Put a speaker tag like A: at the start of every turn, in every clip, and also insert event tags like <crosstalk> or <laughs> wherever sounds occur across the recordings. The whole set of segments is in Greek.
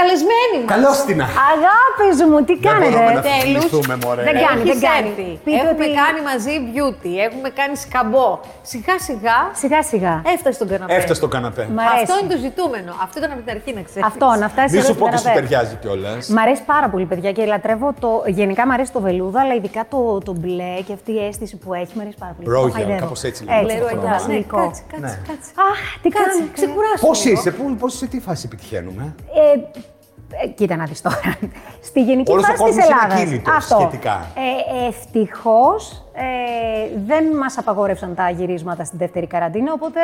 A: καλεσμένοι μας.
B: Καλώς την α-
C: Αγάπης μου, τι
B: Δεν μπορούμε να
C: κάνετε.
A: Τέλους.
B: φιληθούμε, μωρέ.
C: Δεν κάνει.
A: Έχεις
C: κάνει.
A: έρθει.
C: Πείτε
A: Έχουμε
C: ότι-
A: κάνει μαζί beauty, έχουμε κάνει σκαμπό. Σιγά σιγά
C: Σιγά σιγά.
A: έφτασε στον καναπέ.
B: Έφτασε στο καναπέ.
C: Μ' αρέσει.
A: Αυτό είναι το ζητούμενο. Αυτό ήταν από την αρχή να ξέρεις.
C: Αυτό, να φτάσει
B: Μη
C: εδώ
B: σου
C: στην
B: πω και σου
C: καραβέλα.
B: ταιριάζει κιόλας.
C: Μ' αρέσει πάρα πολύ, παιδιά, και λατρεύω το. Γενικά μ' αρέσει το βελούδα, αλλά ειδικά το, το μπλε και αυτή η αίσθηση που έχει. Μ' αρέσει πάρα πολύ.
B: Ρόγια,
C: Το χαϊδεύω.
B: κάπως έτσι λέγεται
C: Έτσι,
B: το
C: το
B: χρώμα.
A: Ναι,
C: βασιλικό.
A: κάτσε, κάτσε,
B: Ναι.
A: κάτσε.
C: Αχ, τι
A: Κάτσε,
C: κάνεις.
A: ξεκουράσου
B: Πώς
A: λίγο.
B: είσαι, πού- πώς, σε τι φάση επιτυχαίνουμε.
C: Ε, ε, κοίτα να δεις τώρα. <laughs> Στη γενική
B: Όλος ο
C: φάση
B: κόσμος
C: της
B: είναι
C: Ελλάδας.
B: ακίνητος σχετικά.
C: Ε, ευτυχώς ε, δεν μας απαγόρευσαν τα γυρίσματα στην δεύτερη καραντίνα, οπότε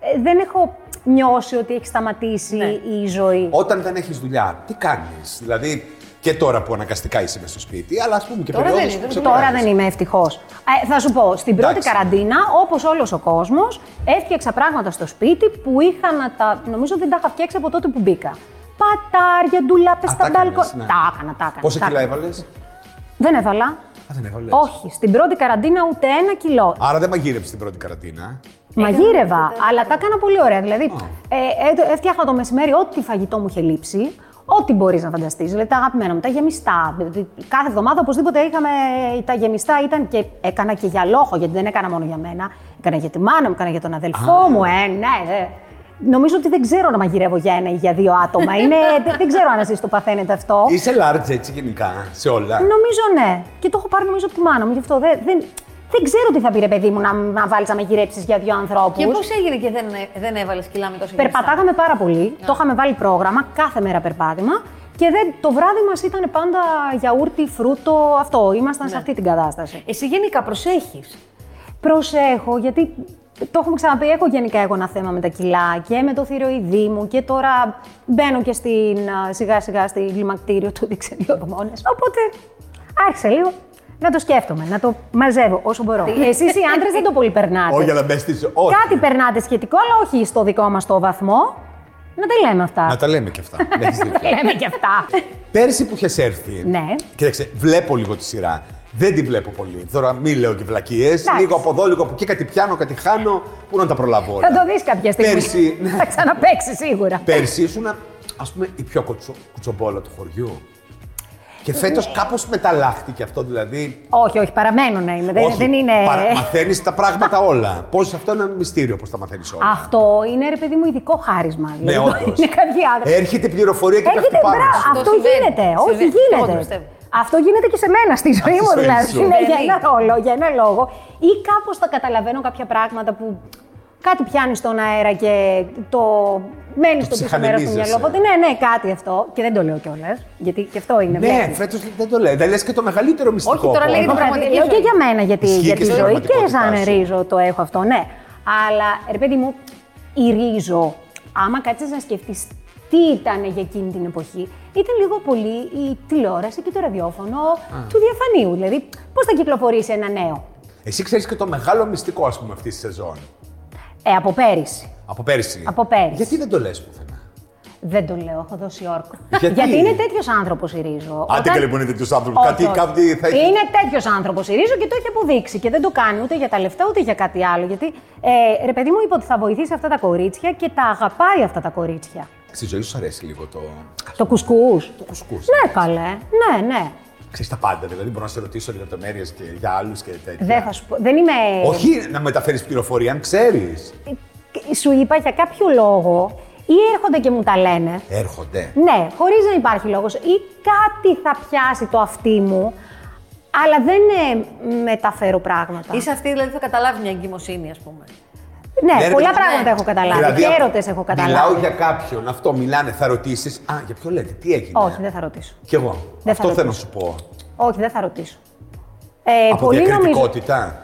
C: ε, δεν έχω νιώσει ότι έχει σταματήσει η ζωή.
B: Όταν δεν έχεις δουλειά, τι κάνεις. Δηλαδή, και τώρα που αναγκαστικά είσαι μέσα στο σπίτι, αλλά ας πούμε και
A: Τώρα δεν
B: περιόδους
A: είναι,
B: που
A: δεν
C: Τώρα
B: ξεκουράζεσαι.
C: δεν είμαι ευτυχώς. Ε, θα σου πω, στην πρώτη
B: Εντάξει.
C: καραντίνα, όπως όλος ο κόσμος, έφτιαξα πράγματα στο σπίτι που είχα να τα. Νομίζω δεν τα είχα φτιάξει από τότε που μπήκα. Πατάρια, ντουλάπες,
B: Α,
C: τα
B: τα έκανες,
C: μπάλκο.
B: ναι.
C: Τα έκανα, τα έκανα. τα
B: Πόσα κιλά
C: έκανα.
B: έβαλες. Α,
C: Δεν έβαλα.
B: δεν έβαλες.
C: Όχι, στην πρώτη καραντίνα ούτε ένα κιλό.
B: Άρα δεν μαγείρεψες την πρώτη καραντίνα.
C: Μαγείρευα, αλλά τα έκανα πολύ ωραία. Δηλαδή, ε, ε, έφτιαχνα το μεσημέρι ό,τι φαγητό μου είχε λείψει, ό,τι μπορείς να φανταστείς. Δηλαδή, τα αγαπημένα μου, τα γεμιστά. Δηλαδή, Κάθε εβδομάδα οπωσδήποτε είχαμε τα γεμιστά, ήταν και έκανα και για λόγο, γιατί δεν έκανα μόνο για μένα. Έκανα για τη μάνα μου, έκανα για τον αδελφό μου, ε, ναι. ε. Νομίζω ότι δεν ξέρω να μαγειρεύω για ένα ή για δύο άτομα. Είναι, δεν, δεν ξέρω αν εσείς το παθαίνετε
B: <laughs>
C: αυτό.
B: Είσαι large έτσι γενικά σε όλα.
C: Νομίζω ναι. Και το έχω πάρει νομίζω από τη μάνα μου. Γι' αυτό δεν, δεν, δεν ξέρω τι θα πει ρε παιδί μου να, να βάλεις να μαγειρέψεις για δύο ανθρώπους.
A: Και πώς έγινε και δεν, δεν έβαλες κιλά με τόσο
C: Περπατάγαμε πάρα πολύ. Το είχαμε βάλει πρόγραμμα, κάθε μέρα περπάτημα. Και δεν, το βράδυ μας ήταν πάντα γιαούρτι, φρούτο, αυτό. Ήμασταν σε αυτή την κατάσταση.
A: Εσύ γενικά προσέχεις.
C: Προσέχω, γιατί το έχουμε ξαναπεί. Έχω γενικά εγώ ένα θέμα με τα κιλά και με το θηροειδή μου. Και τώρα μπαίνω και στην, α, σιγά σιγά στη γλυμακτήριο του δεξιού ορμόνες. Οπότε άρχισε λίγο να το σκέφτομαι, να το μαζεύω όσο μπορώ. Εσείς οι άντρες δεν το πολύ περνάτε.
B: Όχι, αλλά μπες τη. Όχι.
C: Κάτι περνάτε σχετικό, αλλά όχι στο δικό μας το βαθμό. Να τα λέμε αυτά.
B: Να τα λέμε και
C: <laughs>
B: αυτά. Έχεις δίκιο.
C: λέμε και αυτά.
B: Πέρσι που είχες έρθει.
C: Ναι.
B: Κοίταξε, βλέπω λίγο τη σειρά. Δεν τη βλέπω πολύ. Τώρα μην λέω και βλακίε.
C: Εντάξει.
B: Λίγο από εδώ, λίγο από εκεί, κάτι πιάνω, κάτι χάνω. Πού να τα προλάβω όλα.
C: Θα το δεις κάποια στιγμή.
B: Πέρσι, ναι.
C: Θα ξαναπέξει σίγουρα.
B: Πέρσι ήσουν, ας πούμε, η πιο κουτσο, κουτσομπόλα του χωριού. Και φέτος
C: Ναι.
B: κάπω μεταλλάχτηκε αυτό, δηλαδή.
C: όχι, όχι, παραμένω να είμαι. Δεν, δεν είναι.
B: Μαθαίνεις τα πράγματα όλα. Πώς αυτό είναι ένα μυστήριο, πώς τα μαθαίνεις όλα.
C: Αυτό είναι ρε παιδί μου ειδικό χάρισμα.
B: ναι,
C: το-
B: όντως. Ε,
C: Είναι κάποιοι άνθρωποι.
B: Έρχεται η πληροφορία και τα
C: Έρχεται,
B: χτυπάμε.
C: μπράβο,
A: Το
C: αυτό
A: συμβαίνει.
C: γίνεται. Όχι,
A: Συμβαίνει. Εγώ το
C: γίνεται.
A: πιστεύω.
C: Αυτό γίνεται και σε μένα στη ζωή
B: στη
C: μου,
B: ζωή
C: δηλαδή.
B: σου.
C: Ναι, για
A: Συμβαίνει.
C: ένα ρόλο, για ένα λόγο. Ή κάπως θα καταλαβαίνω κάποια πράγματα που κάτι πιάνει στον αέρα και το μένεις στο πίσω μέρος του
B: ψυχανεμίζεσαι.
C: μυαλού. Οπότε ναι, ναι, κάτι αυτό. Και δεν το λέω κιόλας. Γιατί και αυτό είναι.
B: Ναι,
C: βλέπεις.
B: φέτος δεν το λέει. Δεν λες και το μεγαλύτερο μυστικό.
A: τώρα
B: που
A: λέγεται
B: όλα.
A: την πραγματική
C: Λέω και
A: ζωή.
C: για μένα γιατί,
B: Ισχύει
C: για
B: και
C: τη
B: στην
C: ζωή και
B: πραγματικότητά
C: σαν
B: σου.
C: ρίζο το έχω αυτό, ναι. Αλλά ρε παιδί μου, η ρίζο, άμα κάτσεις να σκεφτείς τι ήταν για εκείνη την εποχή, ήταν λίγο πολύ η τηλεόραση και το ραδιόφωνο του διαφανείου. Δηλαδή, πώς θα κυκλοφορήσει ένα νέο.
B: Εσύ ξέρεις και το μεγάλο μυστικό, ας πούμε, αυτής της σεζόν.
C: Ε, από πέρυσι.
B: Από πέρσι.
C: Από πέρυσι.
B: Γιατί δεν το λες πουθενά.
C: Δεν το λέω, έχω δώσει όρκο.
B: Γιατί?
C: είναι τέτοιος άνθρωπος η Ρίζο.
B: Άντε λοιπόν
C: Όταν-
B: καλή που είναι τέτοιος άνθρωπος.
C: Όχι,
B: Κάτι,
C: όχι.
B: κάτι θα έχει.
C: Είναι τέτοιος άνθρωπος η Ρίζο και το έχει αποδείξει. Και δεν το κάνει ούτε για τα λεφτά ούτε για κάτι άλλο. Γιατί ε, ρε παιδί μου είπε ότι θα βοηθήσει αυτά τα κορίτσια και τα αγαπάει αυτά τα κορίτσια.
B: Στη ζωή σου αρέσει λίγο το.
C: Το κουσκούς.
B: Το κουσκούς.
C: Ναι, καλέ. Ναι, ναι.
B: Ξέρεις τα πάντα. Δηλαδή μπορώ να σε ρωτήσω για λεπτομέρειες και για άλλους και τέτοια.
C: Δεν θα σου πω. Δεν είμαι.
B: Ναι. Όχι να μεταφέρεις πληροφορία, αν ξέρεις.
C: Σου είπα για κάποιο λόγο ή έρχονται και μου τα λένε.
B: Έρχονται.
C: Ναι, χωρίς να υπάρχει λόγος. Ή κάτι θα πιάσει το αυτί μου, αλλά δεν ε, μεταφέρω πράγματα.
A: Είσαι αυτή δηλαδή θα καταλάβει μια εγκυμοσύνη, ας πούμε.
C: Ναι,
B: Ναι, ρε,
C: πολλά
B: παιδί,
C: πράγματα
A: ναι.
C: έχω καταλάβει.
B: Δηλαδή,
C: και
B: α-
C: έρωτες έχω καταλάβει.
B: Μιλάω για κάποιον, αυτό μιλάνε, θα ρωτήσεις. Α, για ποιο λέτε, τι έγινε.
C: Όχι, δεν θα ρωτήσω.
B: Κι εγώ.
C: Δεν θα
B: αυτό θέλω να
C: ρωτήσω.
B: σου πω.
C: Όχι, δεν θα ρωτήσω. Ε,
B: από διακριτικότητα.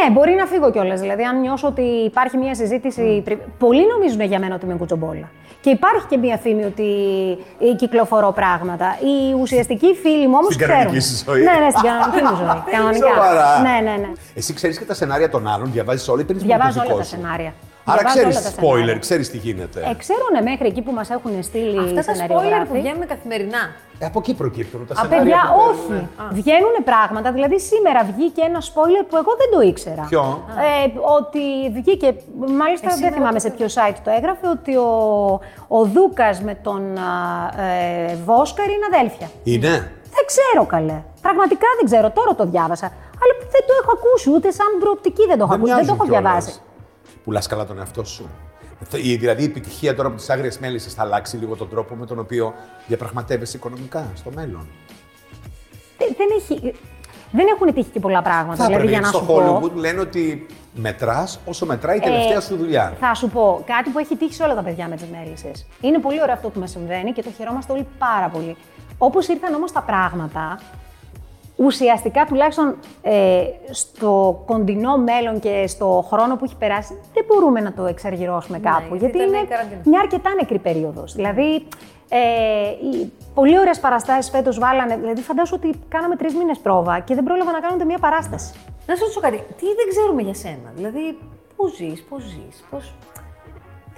C: Ναι, μπορεί να φύγω κιόλας. Δηλαδή, αν νιώσω ότι υπάρχει μια συζήτηση. πρι- Πολλοί νομίζουν για μένα ότι είμαι κουτσομπόλα. Και υπάρχει και μια φήμη ότι ε, κυκλοφορώ πράγματα. Οι ουσιαστικοί φίλοι μου όμως
B: Στην
C: ξέρουν.
B: κανονική σου ζωή.
C: Ναι, ναι, στην κανονική μου ζωή. Κανονικά.
B: <laughs> Σοβαρά.
C: Ναι, ναι, ναι.
B: Εσύ ξέρεις και τα σενάρια των άλλων, διαβάζεις όλα ή παίρνεις
C: Διαβάζω όλα τα σενάρια.
B: Άρα
C: Διαβάζω
B: ξέρεις
C: όλα τα
B: spoiler,
C: σενάρια.
B: ξέρεις τι γίνεται.
C: Ε, ξέρω ναι, μέχρι εκεί που μας έχουν στείλει
A: Αυτά τα spoiler
C: σεναριογράφοι.
A: που βγαίνουν καθημερινά.
B: Ε, από εκεί προκύπτουν τα
C: Α,
B: σενάρια.
C: παιδιά,
B: που παίρνουν.
C: όχι. Βγαίνουν πράγματα. Δηλαδή, σήμερα βγήκε ένα spoiler που εγώ δεν το ήξερα.
B: Ποιο?
C: Ε, ότι βγήκε, μάλιστα
A: Ε,
C: δεν
A: σήμερα
C: θυμάμαι
A: το-
C: σε ποιο site το έγραφε, ότι ο, ο Δούκας με τον α, ε, Βόσκαρ είναι αδέλφια.
B: Είναι.
C: Δεν ξέρω καλέ. Πραγματικά δεν ξέρω. Τώρα το διάβασα. Αλλά δεν το έχω ακούσει. Ούτε σαν προοπτική δεν το έχω ακούσει. Δεν το έχω διαβάσει.
B: Πουλάς καλά τον εαυτό σου. Θε- η- Δηλαδή η επιτυχία τώρα από τις άγριες μέλισσες θα αλλάξει λίγο τον τρόπο με τον οποίο διαπραγματεύεσαι οικονομικά στο μέλλον.
C: Δεν, Ε, δεν, έχει, δεν έχουν τύχει και πολλά πράγματα.
B: Θα
C: δηλαδή,
B: έπρεπε
C: για
B: γιατί
C: να
B: στο
C: σου πω.
B: Hollywood λένε ότι μετράς όσο μετράει η
C: Ε,
B: τελευταία σου δουλειά.
C: Θα σου πω κάτι που έχει τύχει σε όλα τα παιδιά με τις μέλισσες. Είναι πολύ ωραίο αυτό που μας συμβαίνει και το χαιρόμαστε όλοι πάρα πολύ. Όπως ήρθαν όμως τα πράγματα, ουσιαστικά τουλάχιστον ε, στο κοντινό μέλλον και στο χρόνο που έχει περάσει, δεν μπορούμε να το εξαργυρώσουμε κάπου.
A: Ναι, γιατί
C: γιατί
A: ήταν
C: είναι
A: η καραντίνα.
C: μια αρκετά νεκρή περίοδος. Δηλαδή, ε, οι πολύ ωραίες παραστάσεις φέτος βάλανε. Δηλαδή, φαντάσου ότι κάναμε τρεις μήνες πρόβα και δεν πρόλαβα να κάνουν ούτε μια παράσταση.
A: Να σου ρωτήσω κάτι. Τι δεν ξέρουμε για σένα. Δηλαδή, πού ζεις, πώς ζεις, πώς.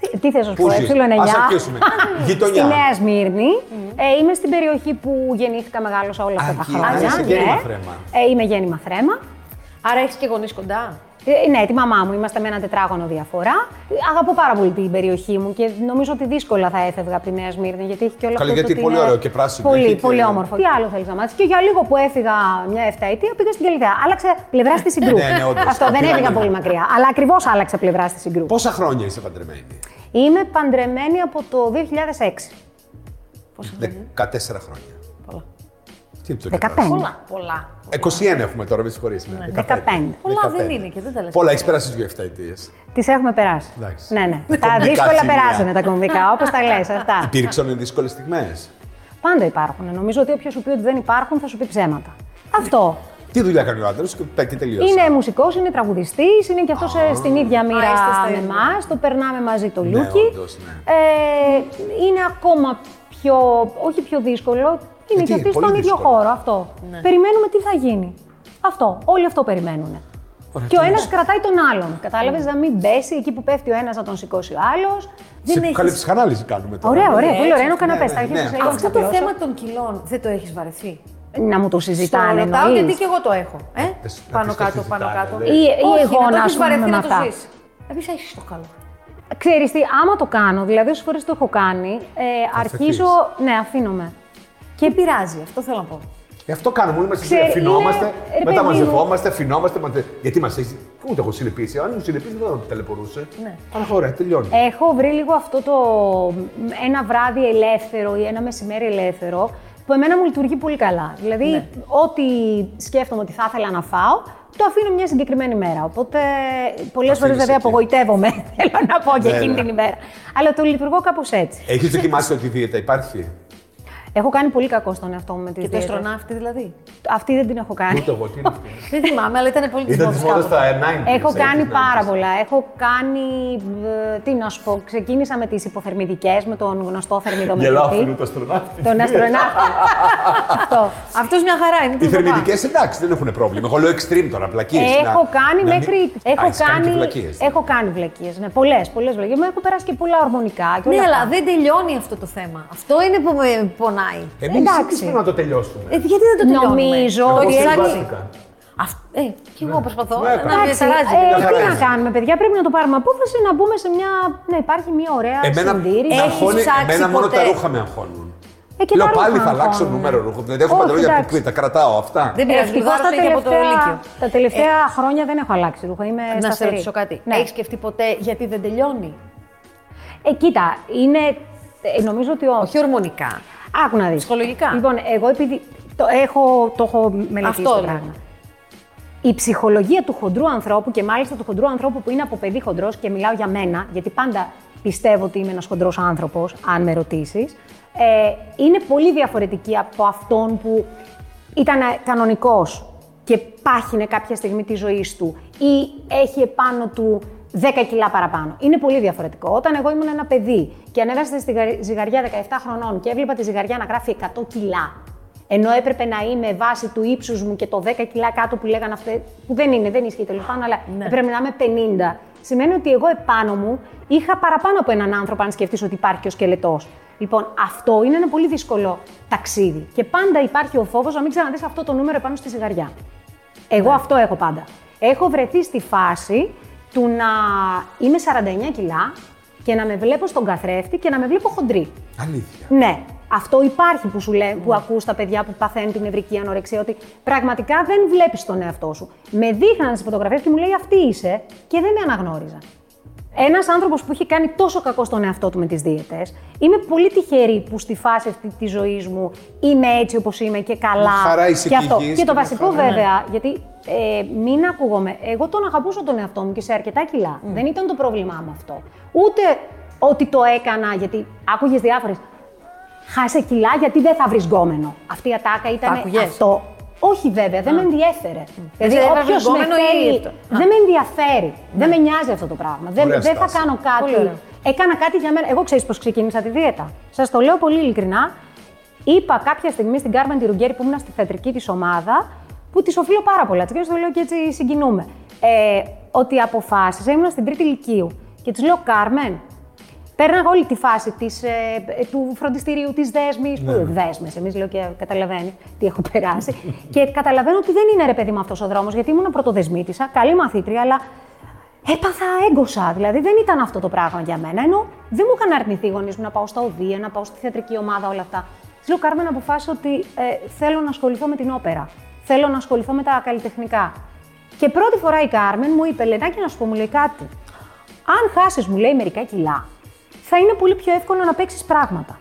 C: Τι- Τι θες να σου
B: Πού
C: πω,
B: ζεις?
C: ε9.
B: Ας
C: <laughs>
B: αρχίσουμε. Γειτονιά.
C: Στη Νέα Σμύρνη. Ε, είμαι στην περιοχή που γεννήθηκα, μεγάλωσα όλα αυτά
B: Α,
C: τα
B: εκεί, άρα
C: χρόνια.
B: είσαι
C: ναι.
B: γέννημα θρέμα.
C: Ε, είμαι γέννημα θρέμα.
A: Άρα έχεις και γονείς κοντά.
C: Ε, ναι, τη μαμά μου. Είμαστε με ένα τετράγωνο διαφορά. Ε, Αγαπώ πάρα πολύ την περιοχή μου και νομίζω ότι δύσκολα θα έφευγα από τη Νέα Σμύρνη γιατί έχει και όλο
B: Καλά,
C: αυτό το
B: γιατί
C: ότι
B: πολύ
C: είναι
B: ωραίο και πράσινο
C: Πολύ,
B: έχει και-
C: πολύ όμορφο. Τι άλλο θέλεις να μάθεις. Και για λίγο που έφυγα μια εφταετία πήγα στην Καλλιδέα. Άλλαξε πλευρά στη Συγκρού.
B: Ναι, ναι, όντως.
C: Αυτό δεν
B: Απειρά,
C: έφυγα
B: ναι.
C: πολύ μακριά. Αλλά ακριβώς άλλαξε πλευρά στη Συγκρού.
B: Πόσα χρόνια είσαι παντρεμένη,
C: Είμαι παντρεμένη από το 2006.
B: 14 χρόνια.
A: Πολλά.
B: Τι είναι το
C: 15.
A: Πολλά. πολλά.
B: 21 έχουμε τώρα, με συγχωρείς. ναι.
C: 15.
A: Πολλά δεν είναι και δεν τα λες.
B: Πολλά, έχει περάσει δύο εφταετίες.
C: Τις έχουμε περάσει.
B: Εντάξει.
C: Ναι,
B: <laughs>
C: ναι.
B: Κομβικά
C: τα δύσκολα
B: σημεία.
C: περάσανε τα κομβικά, όπως τα λες αυτά.
B: Υπήρξαν δύσκολες στιγμές.
C: Πάντα υπάρχουν. Νομίζω ότι όποιος σου πει ότι δεν υπάρχουν θα σου πει ψέματα. Αυτό.
B: Τι δουλειά κάνει ο άντρας και τα και τελείωσε.
C: Είναι μουσικός, είναι τραγουδιστής, είναι και αυτός στην ίδια μοίρα
A: είστε στα
C: με
A: ίδια.
C: εμάς. Το περνάμε μαζί το
B: Ναι,
C: Λούκι.
B: όντως, ναι.
C: ε, είναι ακόμα πιο. όχι πιο δύσκολο. Είναι
B: Ε, τι,
C: και αυτοί
B: πολύ
C: στον ίδιο
B: δύσκολο.
C: χώρο. Αυτό.
A: Ναι.
C: Περιμένουμε τι θα γίνει. Αυτό. Όλοι αυτό περιμένουν.
B: Ωραία,
C: και ο
B: τι
C: ένας
B: λες.
C: κρατάει τον άλλον. Κατάλαβες να μην πέσει εκεί που πέφτει ο ένας να τον σηκώσει ο άλλος.
A: δεν
B: Σε
A: έχεις-
B: καλή ψυχανάλυση κάνουμε τώρα.
C: Ωραία, ωραία,
A: Ναι,
C: πολύ
A: έτσι,
C: ωραία. Είναι ο
B: ναι,
C: καναπές.
B: ναι,
C: Θα αρχίσω
B: ναι.
C: σε λίγο να
A: Αυτό το
C: ξαπλώσω.
A: θέμα των κιλών δεν το έχεις βαρεθεί.
C: Να μου το
A: Το
C: συζητάνε.
A: ρωτάω
C: εννοείς.
A: γιατί και εγώ το έχω. Ε?
B: πες, να
A: πάνω
B: πεις το
A: κάτω,
B: συζητάνε,
A: πάνω κάτω.
B: λέει.
C: Ή, ή
A: Όχι,
C: εγώ
A: να το
C: να
A: έχεις
C: σου με
A: βαρεθεί να το
C: αυτά.
A: ζεις. Εμείς έχεις το καλό.
C: Ξέρεις τι, άμα το κάνω, δηλαδή όσες φορές το έχω κάνει, ε, αρχίζω. Ναι, αφήνομαι.
A: Και πειράζει, αυτό θέλω να πω.
B: Γι' αυτό κάνουμε. Όλοι μαζί
C: Ξέρει,
B: φινόμαστε,
C: είναι- ρε,
B: μετά
C: παιδί μου.
B: μαζευόμαστε, φινόμαστε. ματε- Γιατί μας έχει. Ούτε έχω συλληπίσει. Αν μου συλληπίσει, δεν θα με ταλαιπωρούσε.
A: Ναι.
B: Αλλά ωραία, τελειώνει.
C: Έχω βρει λίγο αυτό το ένα βράδυ ελεύθερο ή ένα μεσημέρι ελεύθερο που εμένα μου λειτουργεί πολύ καλά. Δηλαδή,
A: Ναι.
C: ό,τι σκέφτομαι ότι θα ήθελα να φάω, το αφήνω μια συγκεκριμένη μέρα. Οπότε, πολλές φορέ
B: αφήνεις
C: δηλαδή
B: εκεί.
C: απογοητεύομαι, <laughs> θέλω να πω για
B: Ναι,
C: εκείνη
B: ναι.
C: την ημέρα. Αλλά το λειτουργώ κάπως έτσι.
B: Έχεις δοκιμάσει ότι η δίαιτα υπάρχει.
C: Έχω κάνει πολύ κακό στον εαυτό μου με τις
A: Και το
C: δίαιτες.
A: αστροναύτη δηλαδή.
C: Αυτή δεν την έχω κάνει.
B: Ούτε εγώ, τι είναι αυτό.
A: Δεν θυμάμαι, αλλά ήταν πολύ
B: <laughs> Ήταν της μόδας
A: κάπου.
B: στα 90.
C: Έχω κάνει πάρα πολλά. Έχω κάνει. ε, Τι να σου πω, ξεκίνησα με τις υποθερμιδικές, με τον γνωστό
B: Γελάω, φίλου
C: θερμιδομετρητή.
B: το αστροναύτη.
C: Τον αστροναύτη.
B: <laughs>
C: Αυτό.
A: Αυτός μια χαρά είναι.
B: Οι
A: το είπα.
B: θερμιδικές εντάξει, δεν έχουν πρόβλημα. Έχω λέω extreme τώρα, πλακίες.
C: Έχω κάνει μέχρι. Έχω
B: κάνει.
C: κάνει.
B: βλακίες, ναι.
C: Έχω κάνει βλακίες. Ναι, πολλές, πολλές βλακίες. Μα έχω περάσει και πολλά ορμονικά. Και όλα
A: Ναι,
C: αυτά.
A: αλλά δεν τελειώνει αυτό το θέμα. Αυτό είναι που με πονάει.
B: Εμείς
C: εντάξει.
B: εμείς πρέπει να το τελειώσουμε.
A: Ε, γιατί δεν το τελειώνουμε.
C: Νομίζω
A: Το
B: Εγώ
C: ότι
A: εξάρι-
C: έτσι-
B: συμβάστηκα.
A: Αυ- Ε, κι εγώ προσπαθώ
B: Ναι,
A: να
B: καλά.
A: με
C: Εντάξει,
A: ταράζει.
C: ε,
B: μια χαρά
C: τι να
B: είναι.
C: κάνουμε, παιδιά, πρέπει να το πάρουμε απόφαση να μπούμε σε μια. να υπάρχει μια ωραία
B: Εμένα,
C: συντήρηση.
B: με
A: Έχεις
B: αγχώνει-
A: ψάξει
B: εμένα μόνο
A: ποτέ.
B: τα ρούχα με αγχώνουν.
C: Ε, και τα
B: Λέω
C: ρούχα
B: πάλι θα
C: αγχώνουν.
B: αλλάξω νούμερο ρούχο. Δεν έχω
C: Όχι,
B: παντρελιά που
C: εντάξει.
B: τα κρατάω αυτά.
A: Δεν πειράζει,
C: Ευτυχώς
A: λιγότερο
C: τα
A: και από το
C: Ε, τελευταία-
A: Λύκειο.
C: Τα τελευταία χρόνια δεν έχω αλλάξει ρούχα. Είμαι
A: Να σε
C: σταθερή.
A: ρωτήσω κάτι.
C: Ναι.
A: Έχεις σκεφτεί ποτέ γιατί δεν τελειώνει.
C: Ε, κοίτα, είναι. ε, νομίζω ότι όχι.
A: Όχι ορμονικά.
C: Άκου να δεις.
A: Ψυχολογικά.
C: Λοιπόν, εγώ επειδή το έχω, το έχω μελετήσει
A: Αυτό
C: το
A: λέω.
C: πράγμα. Η ψυχολογία του χοντρού ανθρώπου και μάλιστα του χοντρού ανθρώπου που είναι από παιδί χοντρός και μιλάω για μένα, γιατί πάντα πιστεύω ότι είμαι ένας χοντρός άνθρωπος, αν με ρωτήσεις, ε, είναι πολύ διαφορετική από αυτόν που ήταν κανονικός και πάχυνε κάποια στιγμή τη ζωή του ή έχει επάνω του 10 κιλά παραπάνω. Είναι πολύ διαφορετικό. Όταν εγώ ήμουν ένα παιδί και ανέβασα στη ζυγα- ζυγαριά 17 χρονών και έβλεπα τη ζυγαριά να γράφει 100 κιλά ενώ έπρεπε να είμαι βάση του ύψους μου και το 10 κιλά κάτω που λέγανε αυτέ. που δεν είναι, δεν ισχύει τέλος πάντων, αλλά έπρεπε να είμαι 50. σημαίνει ότι εγώ επάνω μου είχα παραπάνω από έναν άνθρωπο, αν σκεφτείς ότι υπάρχει και ο σκελετός. Λοιπόν, αυτό είναι ένα πολύ δύσκολο ταξίδι. Και πάντα υπάρχει ο φόβος να μην ξαναδείς αυτό το νούμερο επάνω στη ζυγαριά. Εγώ αυτό έχω πάντα. Έχω βρεθεί στη φάση του να είμαι 49 κιλά και να με βλέπω στον καθρέφτη και να με βλέπω χοντρή.
B: Αλήθεια. Ναι.
C: Ναι, αυτό υπάρχει που, σου λέ, που ακούς τα παιδιά που παθαίνουν την ευρική ανορεξία, ότι πραγματικά δεν βλέπεις τον εαυτό σου. Με δείχναν στις φωτογραφίες και μου λέει αυτή είσαι και δεν με αναγνώριζα. Ένας άνθρωπος που είχε κάνει τόσο κακό στον εαυτό του με τις δίαιτες, είμαι πολύ τυχερή που στη φάση αυτή της ζωής μου είμαι έτσι όπως είμαι και καλά.
B: Μια χαρά είσαι
C: και
B: και
C: αυτό.
B: υγιής
C: Και
B: και
C: το
B: μια
C: βασικό
B: χαρά. Ναι.
C: βέβαια, γιατί ε, μην ακούγομαι, εγώ τον αγαπούσα τον εαυτό μου και σε αρκετά κιλά.
B: Mm.
C: Δεν ήταν το πρόβλημά μου αυτό. Ούτε ότι το έκανα, γιατί άκουγες διάφορες. Χάσε κιλά γιατί δεν θα βρεις γκόμενο. Αυτή η ατάκα ήταν
A: άκουγες?
C: αυτό. Όχι βέβαια, δεν με ενδιέφερε. Δηλαδή,
A: Δεν θα βρεις
C: όποιος με
A: γκόμενο ή
C: θέλει,
A: αυτό. Α. Ναι.
C: δεν με ενδιαφέρει. Δεν με νοιάζει αυτό το πράγμα. Δεν,
B: Ωραία
C: δεν θα
B: στάση.
C: κάνω
A: Πολύ ωραία.
C: κάτι. Έκανα κάτι για μένα. Εγώ ξέρεις πώς ξεκίνησα τη δίαιτα. Σας το λέω πολύ ειλικρινά. Είπα κάποια στιγμή στην Κάρμεν τη Ρουγκέρη που ήμουν στη θεατρική της ομάδα, που της οφείλω πάρα πολλά. Της το λέω και έτσι συγκινούμε. Ε, ότι αποφάσισα, ήμουν στην τρίτη ηλικίου και της λέω Κάρμεν. Πέρναγα όλη τη φάση της, ε, ε, του φροντιστηρίου, της δέσμης. Ναι. Δέσμες, εμείς λέω και καταλαβαίνει τι έχω περάσει. <laughs> και καταλαβαίνω ότι δεν είναι ρε παιδί μου αυτός ο δρόμος, γιατί ήμουν πρωτοδεσμήτησα, καλή μαθήτρια, αλλά έπαθα έγκωσα. Δηλαδή δεν ήταν αυτό το πράγμα για μένα. Ενώ δεν μου είχαν αρνηθεί οι γονείς μου να πάω στα οδεία, να πάω στη θεατρική ομάδα, όλα αυτά. Της λέω, Κάρμεν, αποφάσισα ότι ε, θέλω να ασχοληθώ με την όπερα. Θέλω να ασχοληθώ με τα καλλιτεχνικά. Και πρώτη φορά η Κάρμεν μου είπε, Λενάκι, να σου πω, μου λέει κάτι. Αν χάσεις, μου λέει, μερικά κιλά, θα είναι πολύ πιο εύκολο να παίξεις πράγματα.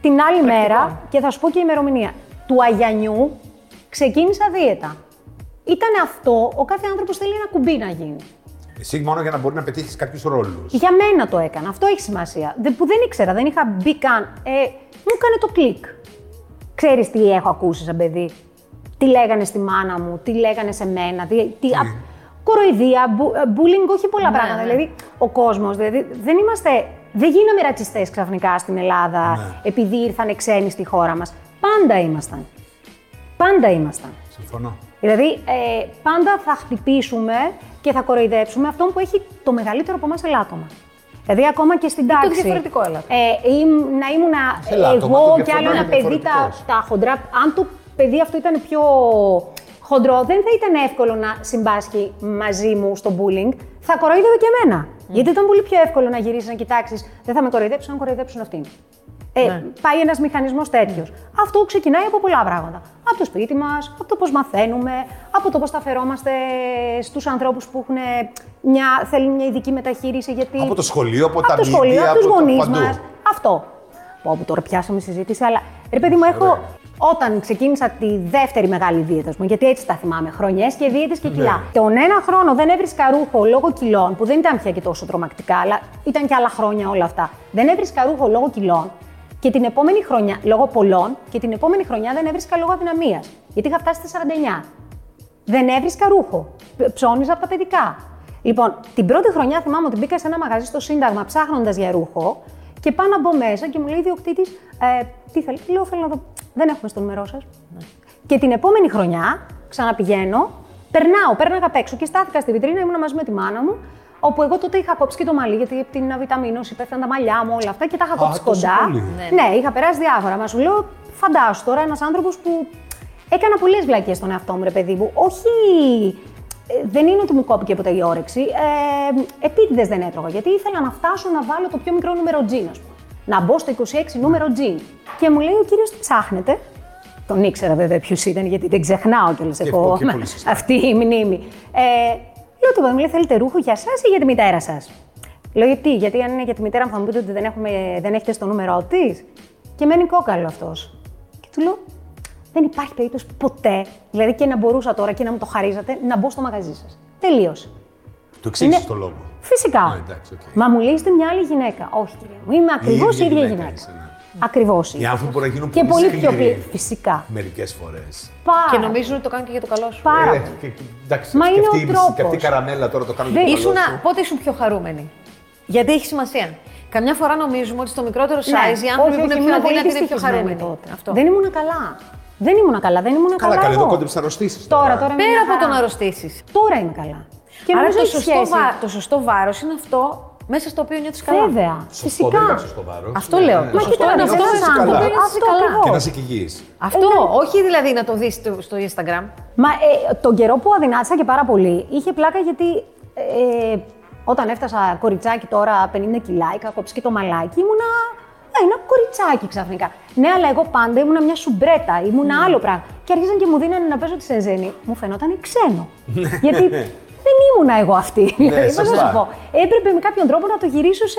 C: Την άλλη μέρα, και θα σου πω και η ημερομηνία, του Αγιανιού ξεκίνησα δίαιτα. Ήταν αυτό, ο κάθε άνθρωπος θέλει ένα κουμπί να γίνει.
B: Εσύ μόνο για να μπορεί να πετύχεις κάποιους ρόλους.
C: Για μένα το έκανα. Αυτό έχει σημασία. Δε- που δεν ήξερα, δεν είχα μπει καν. Ε, μου έκανε το κλικ. Ξέρεις τι έχω ακούσει σαν παιδί. Τι λέγανε στη μάνα μου, τι λέγανε σε μένα. δι- Τι, α, κοροϊδία, μπου, ε, bullying, όχι πολλά
A: Ναι,
C: πράγματα.
A: ναι.
C: Δηλαδή, ο κόσμος, δηλαδή, δεν είμαστε. Δεν γίναμε ρατσιστές ξαφνικά στην Ελλάδα
B: Ναι.
C: επειδή ήρθαν ξένοι στη χώρα μας. Πάντα ήμασταν. Πάντα ήμασταν.
B: Συμφωνώ.
C: Δηλαδή, ε, πάντα θα χτυπήσουμε και θα κοροϊδέψουμε αυτόν που έχει το μεγαλύτερο από εμάς ελάττωμα. Δηλαδή, ακόμα και στην τάξη.
A: διαφορετικό ελάττωμα.
C: Ε, ή, να ήμουν
B: ελάττωμα, το
C: εγώ και
B: διαφορετικό
C: άλλο ένα
B: είναι
C: παιδί τα,
B: διαφορετικός.
C: τα χοντρά. Αν το παιδί αυτό ήταν πιο χοντρό, δεν θα ήταν εύκολο να συμπάσχει μαζί μου στο bullying. Θα κοροϊδεύε και εμένα.
A: Mm.
C: Γιατί ήταν πολύ πιο εύκολο να γυρίσεις να κοιτάξεις. Δεν θα με κοροϊδέψουν, αν κοροϊδέψουν αυτήν. Ε,
A: Ναι.
C: Πάει ένας μηχανισμός τέτοιος. Αυτό ξεκινάει από πολλά πράγματα. Από το σπίτι μας, από το πώς μαθαίνουμε, από το πώς τα φερόμαστε στους ανθρώπους που έχουν μια, θέλουν μια ειδική μεταχείριση. Γιατί
B: Από το σχολείο, από, τα
C: από το σχολείο,
B: media,
C: από τους
B: το-
C: γονείς
B: παντού.
C: μας. Αυτό. Πω, που τώρα πιάσαμε συζήτηση, αλλά ρε παιδί μου, έχω. Όταν ξεκίνησα τη δεύτερη μεγάλη δίαιτα μου, γιατί έτσι τα θυμάμαι, χρονιές και δίαιτε
B: Ναι.
C: και κιλά. Τον ένα χρόνο δεν έβρισκα ρούχο λόγω κιλών, που δεν ήταν πια και τόσο τρομακτικά, αλλά ήταν και άλλα χρόνια όλα αυτά. Δεν έβρισκα ρούχο λόγω κιλών και την επόμενη χρονιά, λόγω πολλών, και την επόμενη χρονιά δεν έβρισκα λόγω αδυναμίας. Γιατί είχα φτάσει στα 49. Δεν έβρισκα ρούχο. Π- Ψώνιζα από τα παιδικά. Λοιπόν, την πρώτη χρονιά θυμάμαι ότι μπήκα σε ένα μαγαζί στο Σύνταγμα ψάχνοντας για ρούχο και πάω να μπω μέσα και μου λέει διοκτήτη, ε, τι θέλει. Λέω, θέλω να δω. Δεν έχουμε στο νούμερό σας.
B: Ναι.
C: Και την επόμενη χρονιά ξαναπηγαίνω, περνάω, πέρναγα απ' έξω και στάθηκα στη βιτρίνα, ήμουνα μαζί με τη μάνα μου, όπου εγώ τότε είχα κόψει και το μαλλί, γιατί από την αβιταμίνωση πέφτανε τα μαλλιά μου, όλα αυτά και τα είχα κόψει
B: τόσο
C: κοντά.
B: πολύ.
C: Ναι, είχα περάσει διάφορα. Μα σου λέω, φαντάσου τώρα ένας άνθρωπος που έκανα πολλές βλακίες στον εαυτό μου, ρε παιδί μου. Όχι. ε, Δεν είναι ότι μου κόπηκε ποτέ η όρεξη. Ε, Επίτηδες δεν έτρωγα. Γιατί ήθελα να φτάσω να βάλω το πιο μικρό νούμερο τζιν, ας πούμε. Να μπω στο 26 νούμερο τζιν. Και μου λέει ο κύριος ψάχνετε. Τον ήξερα βέβαια ποιος ήταν, γιατί δεν ξεχνάω κιόλας.
B: Και
C: Έχω <laughs>
B: πολύ σωστά.
C: αυτή η μνήμη. Ε, λέω του παιδί μου, λέει, θέλετε ρούχο για εσά ή για τη μητέρα σας. Λέω γιατί, γιατί αν είναι για τη μητέρα μου θα μου πείτε ότι δεν, έχουμε, δεν έχετε στο νούμερό της. Και μένει κόκαλο αυτός. Και του λέω, δεν υπάρχει περίπτωση ποτέ, δηλαδή και να μπορούσα τώρα και να μου το χαρίζατε, να μπω στο μαγαζί σας. Τελείωσε.
B: Το εξήγησες
C: Είναι-
B: το λόγο.
C: Φυσικά.
B: Α, εντάξει, οκ.
C: Μα μου λέει είστε μια άλλη γυναίκα. Όχι, κυρία μου. Είμαι ακριβώ η
B: ίδια
C: ίδια
B: γυναίκα
C: γυναίκα.
B: είσαι, ναι.
C: Ακριβώς.
B: Οι άνθρωποι μπορεί να γίνουν
C: Και
B: πολύ
C: πολύ πιο
B: σκληροί.
C: πλήρη. Φυσικά.
B: Μερικές φορές.
C: Πάρα.
A: Και νομίζουν ότι το κάνουν και για το καλό σου.
C: Πάρα πολύ.
B: Εντάξει,
C: Μα
B: Ε, και
C: είναι
B: αυτή
C: ο
B: η μισή- Και αυτή η
C: τρόπος.
B: καραμέλα τώρα το κάνουν για
C: Δεν-
B: το καλό
A: Ήσουνα-
B: σου.
A: πότε ήσουν πιο χαρούμενη. Γιατί έχει σημασία. Καμιά φορά νομίζουμε ότι στο μικρότερο size
C: Ναι,
A: οι
C: όχι,
A: άνθρωποι που
C: όχι,
A: είναι πιο
C: ήμουνα πολύ
A: αδύνατοι είναι πιο
C: δυστυχισμένη
A: χαρούμενοι.
C: τότε.
A: Αυτό.
C: Δεν ήμουν καλά. Δεν ήμουν καλά, δεν ήμουν καλά.
B: Καλά, καλά, εδώ
C: εγώ.
B: κόντεψε να αρρωστήσεις.
C: Τώρα, τώρα.
A: Πέρα
C: Μια
A: από το
C: χαρά.
A: να αρρωστήσεις.
C: Τώρα είμαι καλά. Και
A: Άρα
C: νομίζω
A: το
C: έχει
A: σωστό,
C: σχέση. Ε,
A: βα... το σωστό βάρος είναι αυτό μέσα στο οποίο νιώθεις καλά.
C: Βέβαια.
B: Σωστό, δεν ήταν
C: Φυσικά.
B: σωστό Ναι, βάρος.
A: Αυτό λέω.
C: Μα
A: Σωστό
C: κοίτα,
A: είναι
C: ένας
A: αυτό.
C: ένας
B: Νιώθεις καλά.
C: άνθρωπος,
A: Νιώθεις
C: αυτό
A: καλά.
B: Και να
C: ακριβώς.
B: είσαι και υγιής.
C: ναι,
A: Αυτό, όχι δηλαδή να το δεις στο, στο Instagram.
C: Μα ε, τον καιρό που αδυνάτησα και πάρα πολύ, είχε πλάκα γιατί ε, όταν έφτασα κοριτσάκι τώρα 50 κιλά, είχα κόψει και το μαλάκι, ήμουνα ε, ένα κοριτσάκι ξαφνικά. Ναι, αλλά εγώ πάντα ήμουνα μια σουμπρέτα, ήμουνα άλλο πράγμα. Και άρχισαν και μου δίνανε να παίζω τη σενζένη. Μου φαινόταν ξένο. γιατί δεν ήμουνα εγώ αυτή. <laughs> Δηλαδή, πώς να
B: σωστά.
C: σου πω. Έπρεπε με κάποιον τρόπο να το γυρίσω σε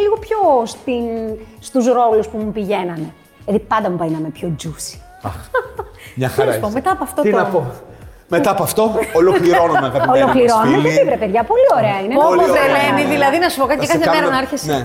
C: λίγο πιο στην, στους ρόλους που μου πηγαίνανε. Δηλαδή πάντα μου πάει να είμαι πιο juicy.
B: Μια χαρά.
C: Τέλος πάντων,
B: είσαι.
C: μετά από αυτό
B: Τι
C: το-
B: να πω. Μετά από αυτό, ολοκληρώνομαι αγαπημένοι μας
C: Ολοκληρώνουμε.
B: φίλοι.
C: Τι βρε παιδιά, πολύ ωραία είναι. ε,
B: Πολύ
A: Όπως
B: ωραία.
A: Ελένη, δηλαδή να σου πω κάτι και
B: Θα σε
A: κάθε μέρα
B: κάνουμε-
A: να έρχεσαι.
B: Ναι.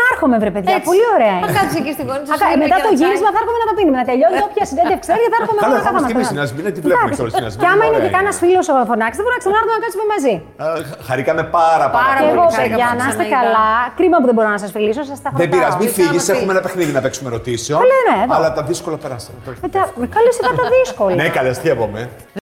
C: Να έρχομαι, βρε παιδιά, πολύ ωραία
A: Θα
C: είναι.
A: κάτσεις εκεί στην κόρη σου.
C: Α,
A: σου
C: κα-
A: δίνουμε
C: μετά
A: και
C: το
A: ένα τσάι.
C: γύρισμα θα έρχομαι να το πίνουμε. Να τελειώνει όποια συνέντευξη ξέρει, θα έρχομαι
B: Καλά,
C: να
B: θα
C: πούμε
B: είμαστε κι εμείς
C: να
B: στην Ασμίνα, τι βλέπουμε
C: Κοιτάξτε,
B: κιόλας στην Ασμίνα,
C: Και άμα
B: ωραία
C: είναι και
B: είναι.
C: κανένας φίλος ο φωνάξει, δεν μπορεί να ξανάρθω να κάτσουμε μαζί.
B: Α, Χαρήκαμε πάρα πάρα
A: Πάρα
C: Και
B: πολύ.
C: εγώ,
A: πολύ
B: Ξέρεις.
C: παιδιά,
A: ξέχασα
C: να
A: να
C: είστε
A: είδα.
C: καλά. Κρίμα που δεν μπορώ να σας φιλήσω, σας τα έχω
B: Δεν πειράζει, μην
A: Ευχαριστώ,
B: φύγει.
A: Βασίλη.
B: Έχουμε ένα παιχνίδι να παίξουμε ερωτήσεων.
C: Καλά, ναι, εδώ.
B: Αλλά τα δύσκολα περάσαμε.
C: Μετά, καλέ τα δύσκολα.
B: Ναι, καλές, αστείευομαι.